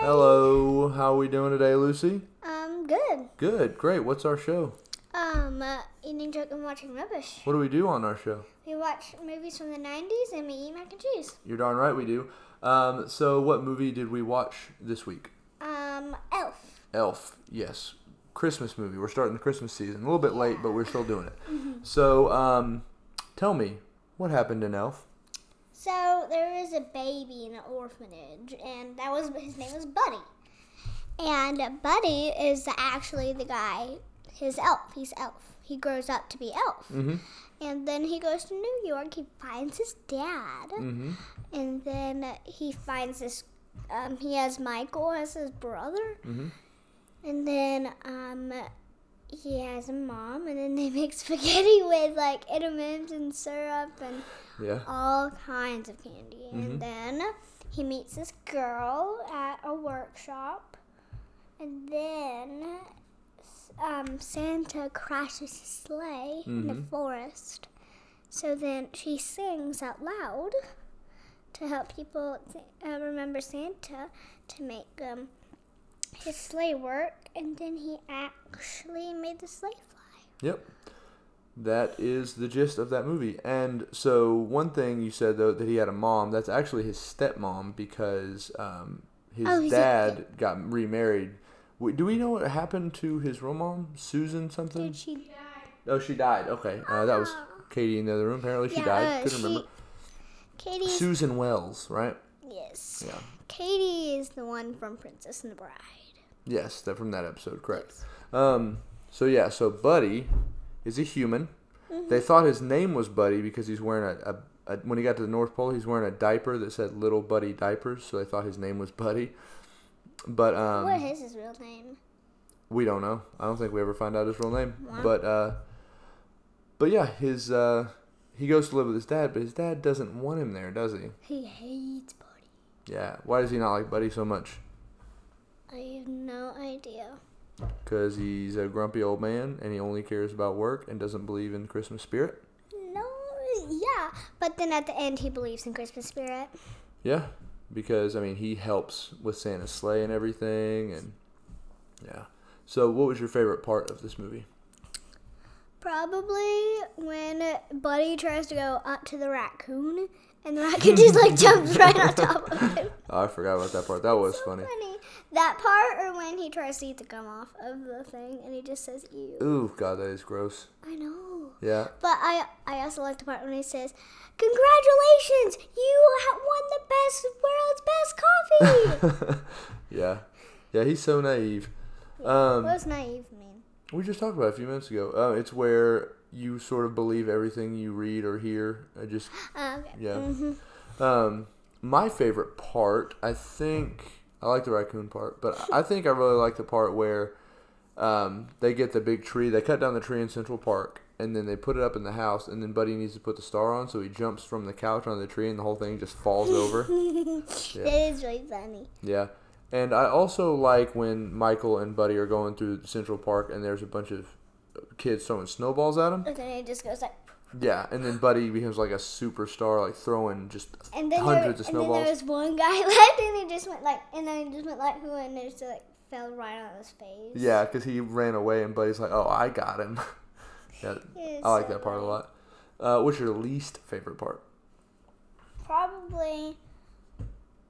Hello, how are we doing today, Lucy? Um, good. Good, great. What's our show? Um, uh, eating junk and watching rubbish. What do we do on our show? We watch movies from the 90s and we eat mac and cheese. You're darn right we do. Um, so, what movie did we watch this week? Um, Elf. Elf, yes. Christmas movie. We're starting the Christmas season. A little bit late, but we're still doing it. So, um, tell me, what happened in Elf? So there was a baby in an orphanage, and that was his name was Buddy. And Buddy is actually the guy, his elf. He's elf. He grows up to be elf. Mhm. And then he goes to New York. He finds his dad. Mm-hmm. And then he finds this. Um, he has Michael as his brother. Mhm. And then um, he has a mom. And then they make spaghetti with like edamame and syrup and Yeah. all kinds of candy. Mm-hmm. And then he meets this girl at a workshop. And then um, Santa crashes his sleigh in Mm-hmm. the forest. So then she sings out loud to help people th- uh, remember Santa to make um, his sleigh work. And then he actually made the sleigh fly. Yep. That is the gist of that movie. And so, one thing you said though that he had a mom. That's actually his stepmom because um, his Oh, he's a- dad got remarried. W- Do we know what happened to his real mom, Susan something? Did she Oh. oh, she died. Okay, uh, that was Katie in the other room. Apparently, she uh, died. Couldn't remember. Katie. Susan Wells, right? yes. Yeah. Katie is the one from Princess and the Bride. Yes, that from that episode, correct. Um, so yeah, so Buddy is a human. They thought his name was Buddy because he's wearing a, a, a when he got to the North Pole, he's wearing a diaper that said "Little Buddy Diapers," so they thought his name was Buddy. But um, what is his real name? we don't know. I don't think we ever find out his real name. But uh, but yeah, his uh, he goes to live with his dad, but his dad doesn't want him there, does he? He hates Buddy. Yeah. Why does he not like Buddy so much? I have no idea. Because he's a grumpy old man and he only cares about work and doesn't believe in Christmas spirit. No, yeah. But then at the end, he believes in Christmas spirit. Yeah, because I mean he helps with Santa's sleigh and everything, and yeah. So, what was your favorite part of this movie? Probably when Buddy tries to go up to the raccoon, and the raccoon just like jumps right on top of him. Oh, I forgot about that part. That was funny. Funny. That part, or when he tries to eat the gum off of the thing, and he just says "ew." Ooh, God, that is gross. I know. Yeah, But I I also like the part when he says, "Congratulations, you have won the best world's best coffee." yeah, yeah. He's so naive. Um, what does naive mean? we just talked about it a few minutes ago. Uh, it's where you sort of believe everything you read or hear. I just Uh, okay. Yeah. Um, my favorite part, I think, I like the raccoon part, but I think I really like the part where um, they get the big tree. They cut down the tree in Central Park, and then they put it up in the house, and then Buddy needs to put the star on, so he jumps from the couch onto the tree, and the whole thing just falls over. That is really funny. Yeah. And I also like when Michael and Buddy are going through Central Park, and there's a bunch of kids throwing snowballs at him. And then he just goes like, Yeah, and then Buddy becomes like a superstar, like throwing just and then there, hundreds of and then snowballs. there was one guy left, and he just went like, and then he just went like, who, and it just like fell right on his face. Yeah, because he ran away and Buddy's like, "Oh, I got him." yeah, It's I like so that part a funny. lot. Uh, what's your least favorite part? Probably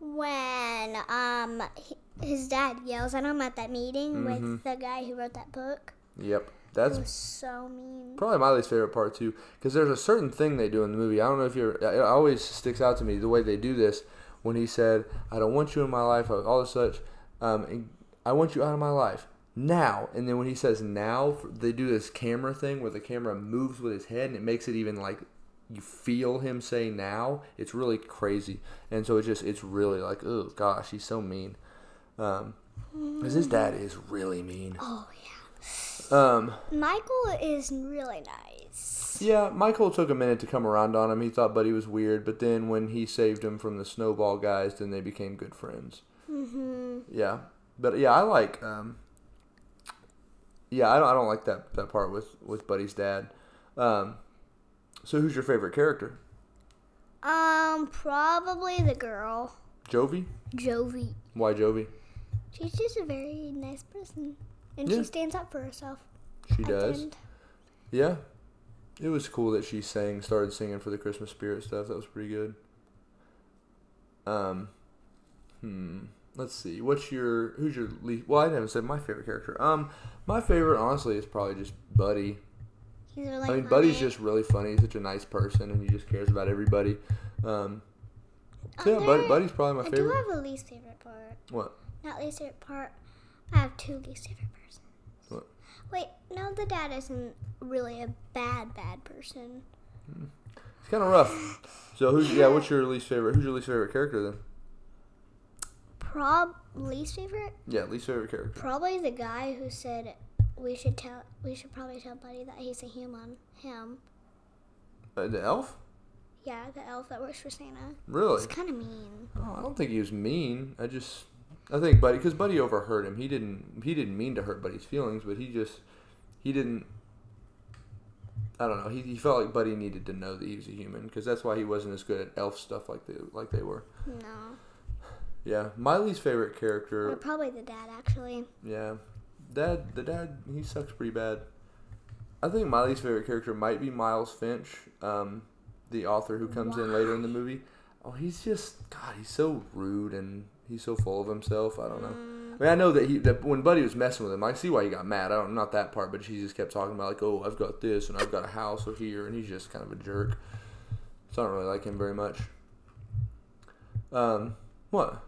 when um he, his dad yells at him at that meeting Mm-hmm. with the guy who wrote that book. Yep, It that's was so mean. probably my least favorite part too. Because there's a certain thing they do in the movie. I don't know if you're. It always sticks out to me the way they do this. When he said, "I don't want you in my life," all this such, um, and I want you out of my life now. And then when he says now, they do this camera thing where the camera moves with his head, and it makes it even like you feel him say now it's really crazy and so it's just it's really like oh gosh he's so mean um 'cause his dad is really mean Oh yeah. um Michael is really nice. yeah michael took a minute to come around on him he thought buddy was weird but then when he saved him from the snowball guys then they became good friends mm-hmm. yeah but yeah i like um yeah i don't, I don't like that that part with with buddy's dad um so who's your favorite character Um, probably the girl jovi Jovi why jovi She's just a very nice person, and Yeah. she stands up for herself. She at the does. end. Yeah. It was cool that she sang, started singing for the Christmas spirit stuff. That was pretty good. Um, hmm. Let's see. What's your who's your least? Well, I haven't said my favorite character. Um, my favorite honestly is probably just Buddy. He's really I mean, Buddy's funny. just really funny. He's such a nice person, and he just cares about everybody. Um, so yeah, Buddy, Other- Buddy's probably my Oh, I favorite. do have a least favorite part. What? Not least favorite part. I have two least favorite persons. What? Wait, no, the dad isn't really a bad bad person. It's kind of rough. So who's yeah? What's your least favorite? Who's your least favorite character then? Prob least favorite Yeah, least favorite character. probably the guy who said we should tell we should probably tell Buddy that he's a human. Him, Uh, the elf? yeah, the elf that works for Santa. Really? It's kind of mean. Oh, I don't think he was mean. I just, I think Buddy, because Buddy overheard him. He didn't, he didn't mean to hurt Buddy's feelings, but he just, he didn't. I don't know. He, he felt like Buddy needed to know that he was a human, because that's why he wasn't as good at elf stuff like they like they were. No, Yeah, Miley's favorite or character. probably the dad actually. Yeah, dad, the dad, he sucks pretty bad. I think Miley's favorite character might be Miles Finch, um, the author who comes in later in the movie. Oh, he's just God. He's so rude and he's so full of himself. I don't know. I mean, I know that he that when Buddy was messing with him, I see why he got mad. I don't not that part, but he just kept talking about like, oh, I've got this and I've got a house over here, and he's just kind of a jerk. So I don't really like him very much. Um, what?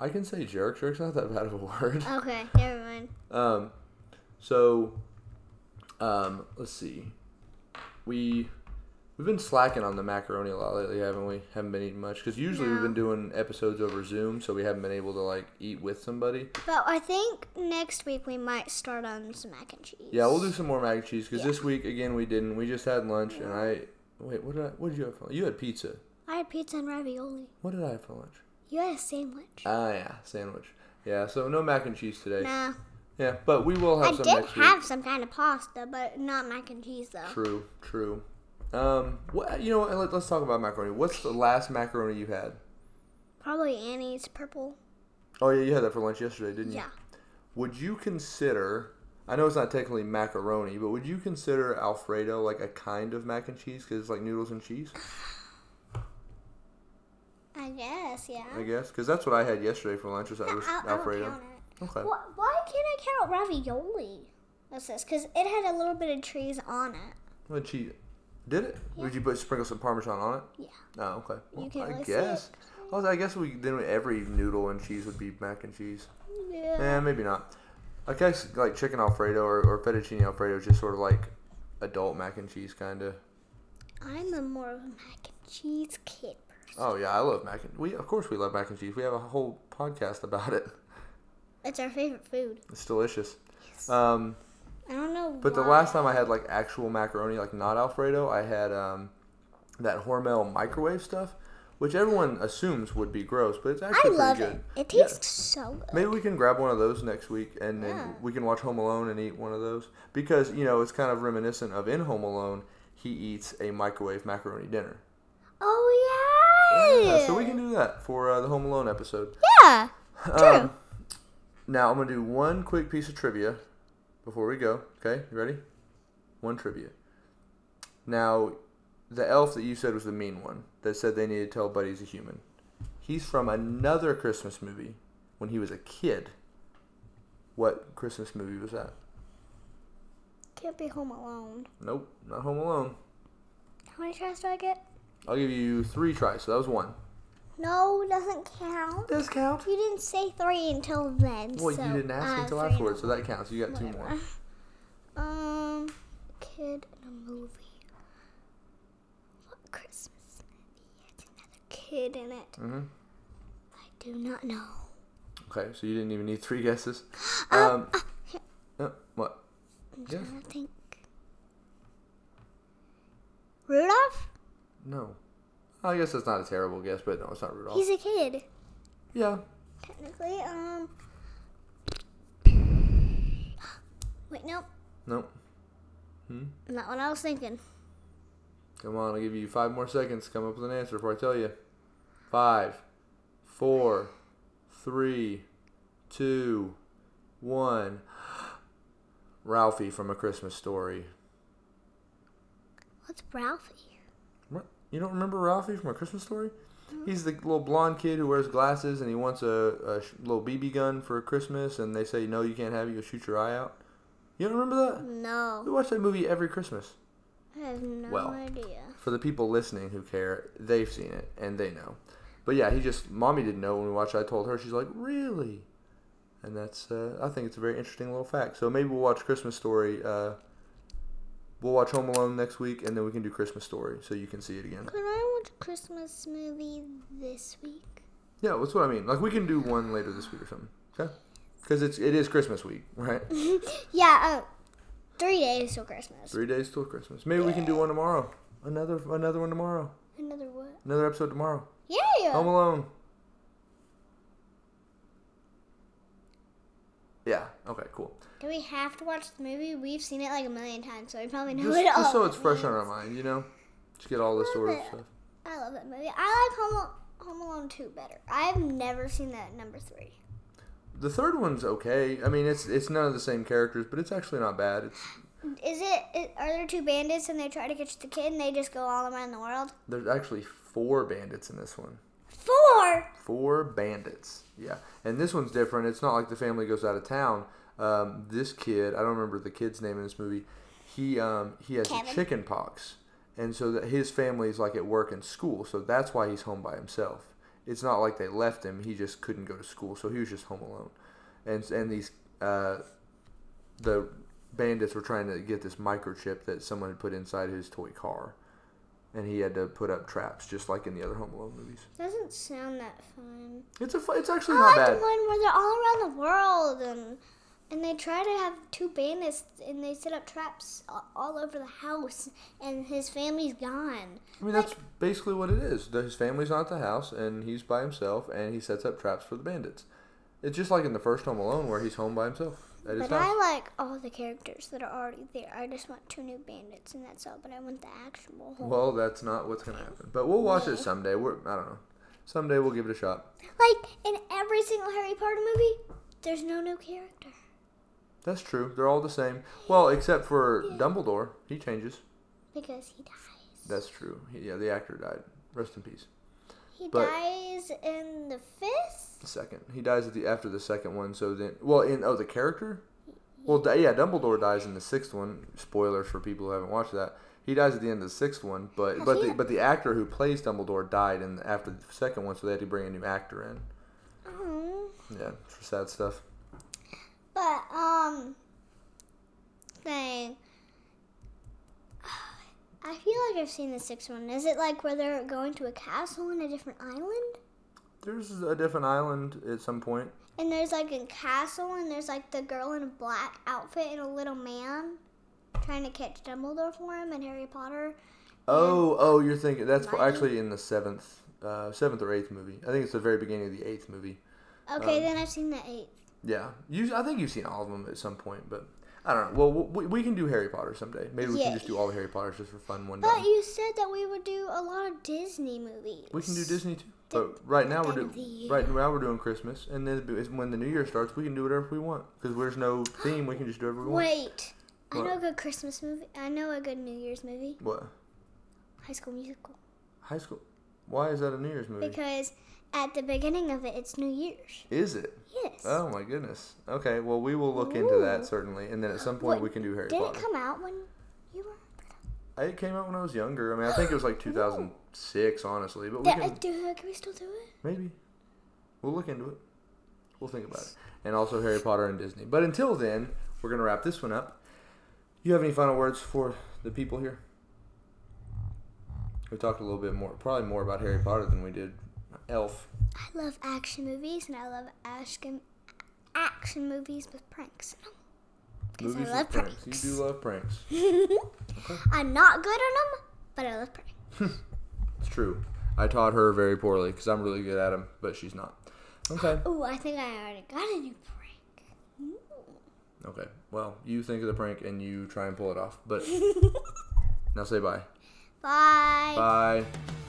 I can say jerk. Jerk's not that bad of a word. Okay, never mind. Um, so, um, let's see. We we've been slacking on the macaroni a lot lately, haven't we? Haven't been eating much because usually we've No. been doing episodes over Zoom, so we haven't been able to like eat with somebody. But I think next week we might start on some mac and cheese. Yeah, we'll do some more mac and cheese because Yeah. this week again we didn't. We just had lunch, and I wait. What did I? What did you have for lunch? You had pizza. I had pizza and ravioli. What did I have for lunch? You had a sandwich. Ah, yeah, sandwich. Yeah, so no mac and cheese today. nah, Yeah, but we will have I some did next week. have some kind of pasta, but not mac and cheese though. True, true. Um, what you know? What, let, let's talk about macaroni. What's the last macaroni you had? Probably Annie's purple. Oh yeah, you had that for lunch yesterday, didn't you? Yeah. Would you consider? I know it's not technically macaroni, but would you consider Alfredo like a kind of mac and cheese because it's like noodles and cheese? I guess, yeah. I guess because that's what I had yesterday for lunch was, was I- I don't Alfredo. count it. Okay. Why, why can't I count ravioli? What's this? Because it had a little bit of cheese on it. Well, cheese. Did it? Would you put sprinkle some parmesan on it? Yeah. Oh, okay. Well, can't I really see it. guess. Well, I guess we then every noodle and cheese would be mac and cheese. Yeah. Eh, maybe not. I guess like chicken alfredo or, or fettuccine alfredo is just sort of like adult mac and cheese kind of. I'm a more of a mac and cheese kid. person. Oh yeah, I love mac and we of course we love mac and cheese. We have a whole podcast about it. It's our favorite food. It's delicious. Um, I don't know. but the why. last time I had like actual macaroni, like not alfredo, I had um, that Hormel microwave stuff, which everyone assumes would be gross, but it's I actually love pretty it. good. It Yeah. tastes so good. Maybe we can grab one of those next week, and then Yeah. we can watch Home Alone and eat one of those because you know it's kind of reminiscent of in Home Alone, he eats a microwave macaroni dinner. Oh yeah. so we can do that for uh, the Home Alone episode. Yeah. True. Um, now I'm gonna do one quick piece of trivia before we go. Okay, you ready? One trivia. Now, the elf that you said was the mean one that said they needed to tell Buddy he's a human. He's from another Christmas movie when he was a kid. What Christmas movie was that? Can't be home alone. Nope, not Home Alone. How many tries do I get? I'll give you three tries. So that was one. No, doesn't count. Does count? You didn't say three until then. Well, so, you didn't ask uh, until three afterwards, so and that counts. You got two a- more. Um, kid in a movie. What Christmas movie has another kid in it? hmm I do not know. Okay, so you didn't even need three guesses. Um, uh, what? I'm Yes. trying to think. Rudolph? No. I guess that's not a terrible guess, but no, it's not Rudolph. He's a kid. yeah. Technically, um. Wait, nope. Nope. Hmm? Not what I was thinking. Come on, I'll give you five more seconds. to Come up with an answer before I tell you. Five, four, three, two, one. Ralphie from A Christmas Story. What's Ralphie? What? You don't remember Ralphie from A Christmas Story? Mm-hmm. He's the little blonde kid who wears glasses and he wants a, a sh- little BB gun for Christmas, and they say, No, you can't have it, you'll shoot your eye out. You don't remember that? We No, watch that movie every Christmas. I have no Well. idea. For the people listening who care, they've seen it and they know. But yeah, he just, mommy didn't know when we watched it. I told her, she's like, Really? And that's, uh, I think it's a very interesting little fact. So maybe we'll watch Christmas Story. Uh, we'll watch Home Alone next week, and then we can do Christmas Story so you can see it again. Could I watch a Christmas movie this week? Yeah, that's what I mean. Like we can do one later this week or something. Okay? Because it's it is Christmas week, right? yeah, um, three days till Christmas. Three days till Christmas. Maybe we can do one tomorrow. Another another one tomorrow. Another what? Another episode tomorrow. Yeah. Home Alone. Yeah. Okay. Cool. Do we have to watch the movie? We've seen it like a million times, so we probably know Just, it all. just so it's fresh on our mind, you know. Just get all the story Love it. stuff. I love that movie. I like Home, Al- Home Alone 2 better. I've never seen that number 3. The third one's okay. I mean, it's it's none of the same characters, but it's actually not bad. It's Is it, i- are there two bandits and they try to catch the kid and they just go all around the world? there's actually four bandits in this one. Four! Four bandits. Yeah. And this one's different. It's not like the family goes out of town. Um, this kid, I don't remember the kid's name in this movie. He um, he has Kevin. chicken pox, and so that his family's like at work and school, so that's why he's home by himself. It's not like they left him; he just couldn't go to school, so he was just home alone. And and these uh, the bandits were trying to get this microchip that someone had put inside his toy car, and he had to put up traps, just like in the other Home Alone movies. Doesn't sound that fun. It's a fu- it's actually I not like bad. the one where they're all around the world and and they try to have two bandits and they set up traps a- all over the house and his family's gone. I mean, that's basically what it is. The- His family's not at the house, and he's by himself, and he sets up traps for the bandits. It's just like in the first Home Alone, where he's home by himself at his But house. I like all the characters that are already there. I just want two new bandits and that's all. But I want the actual. whole- Well, that's not what's gonna happen. But we'll watch it someday. We're I don't know. Someday we'll give it a shot. Like in every single Harry Potter movie, there's no new character. That's true. They're all the same. Well, except for Dumbledore, he changes. Because he dies. That's true. He, yeah, the actor died. Rest in peace. He but- dies in the fifth. The second, he dies at the after the second one. So then, well, in oh the character. Well, di- yeah, Dumbledore dies in the sixth one. Spoilers for people who haven't watched that. He dies at the end of the sixth one, but but the, but the actor who plays Dumbledore died in after the second one, so they had to bring a new actor in. Oh. Yeah, for sad stuff. But um, thing. I feel like I've seen the sixth one. Is it like where they're going to a castle in a different island? There's a different island at some point. And there's like a castle, and there's like the girl in a black outfit and a little man trying to catch Dumbledore for him and Harry Potter. Oh, oh, you're thinking that's Might be. actually in the seventh, uh, seventh or eighth movie. I think it's the very beginning of the eighth movie. Okay, then I've seen the eighth. Yeah, you. I think you've seen all of them at some point, but I don't know. Well, we, we can do Harry Potter someday. Maybe we Yeah. can just do all the Harry Potters just for fun one day. But you said that we would do a lot of Disney movies. We can do Disney too. But right now we're end of the doing year. right now we're doing Christmas, and then it's- when the New Year starts, we can do whatever we want because there's no theme. We can just do whatever we want. Wait, I know What? a good Christmas movie. I know a good New Year's movie. What High School Musical. high school? Why is that a New Year's movie? Because at the beginning of it, it's New Year's. is it? Yes. Oh my goodness. Okay, well we will look into Ooh. that certainly, and then at some point Wait, we can do Harry Did Potter. it come out when you were? I- It came out when I was younger. I mean, I think it was like 2006, honestly. But we That, can do, uh, can we still do it? Maybe. We'll look into it. We'll think about it. And also Harry Potter and Disney. But until then, we're going to wrap this one up. You have any final words for the people here? We talked a little bit more, probably more about Harry Potter than we did Elf. I love action movies, and I love action action movies with pranks. in 'em. 'Cause I Movies love with pranks. You do love pranks. I'm not good at them, but I love pranks. It's true. I taught her very poorly because I'm really good at them, but she's not. Okay. Oh, I think I already got a new prank. Ooh. Okay. Well, you think of the prank and you try and pull it off. But now say bye. Bye. Bye.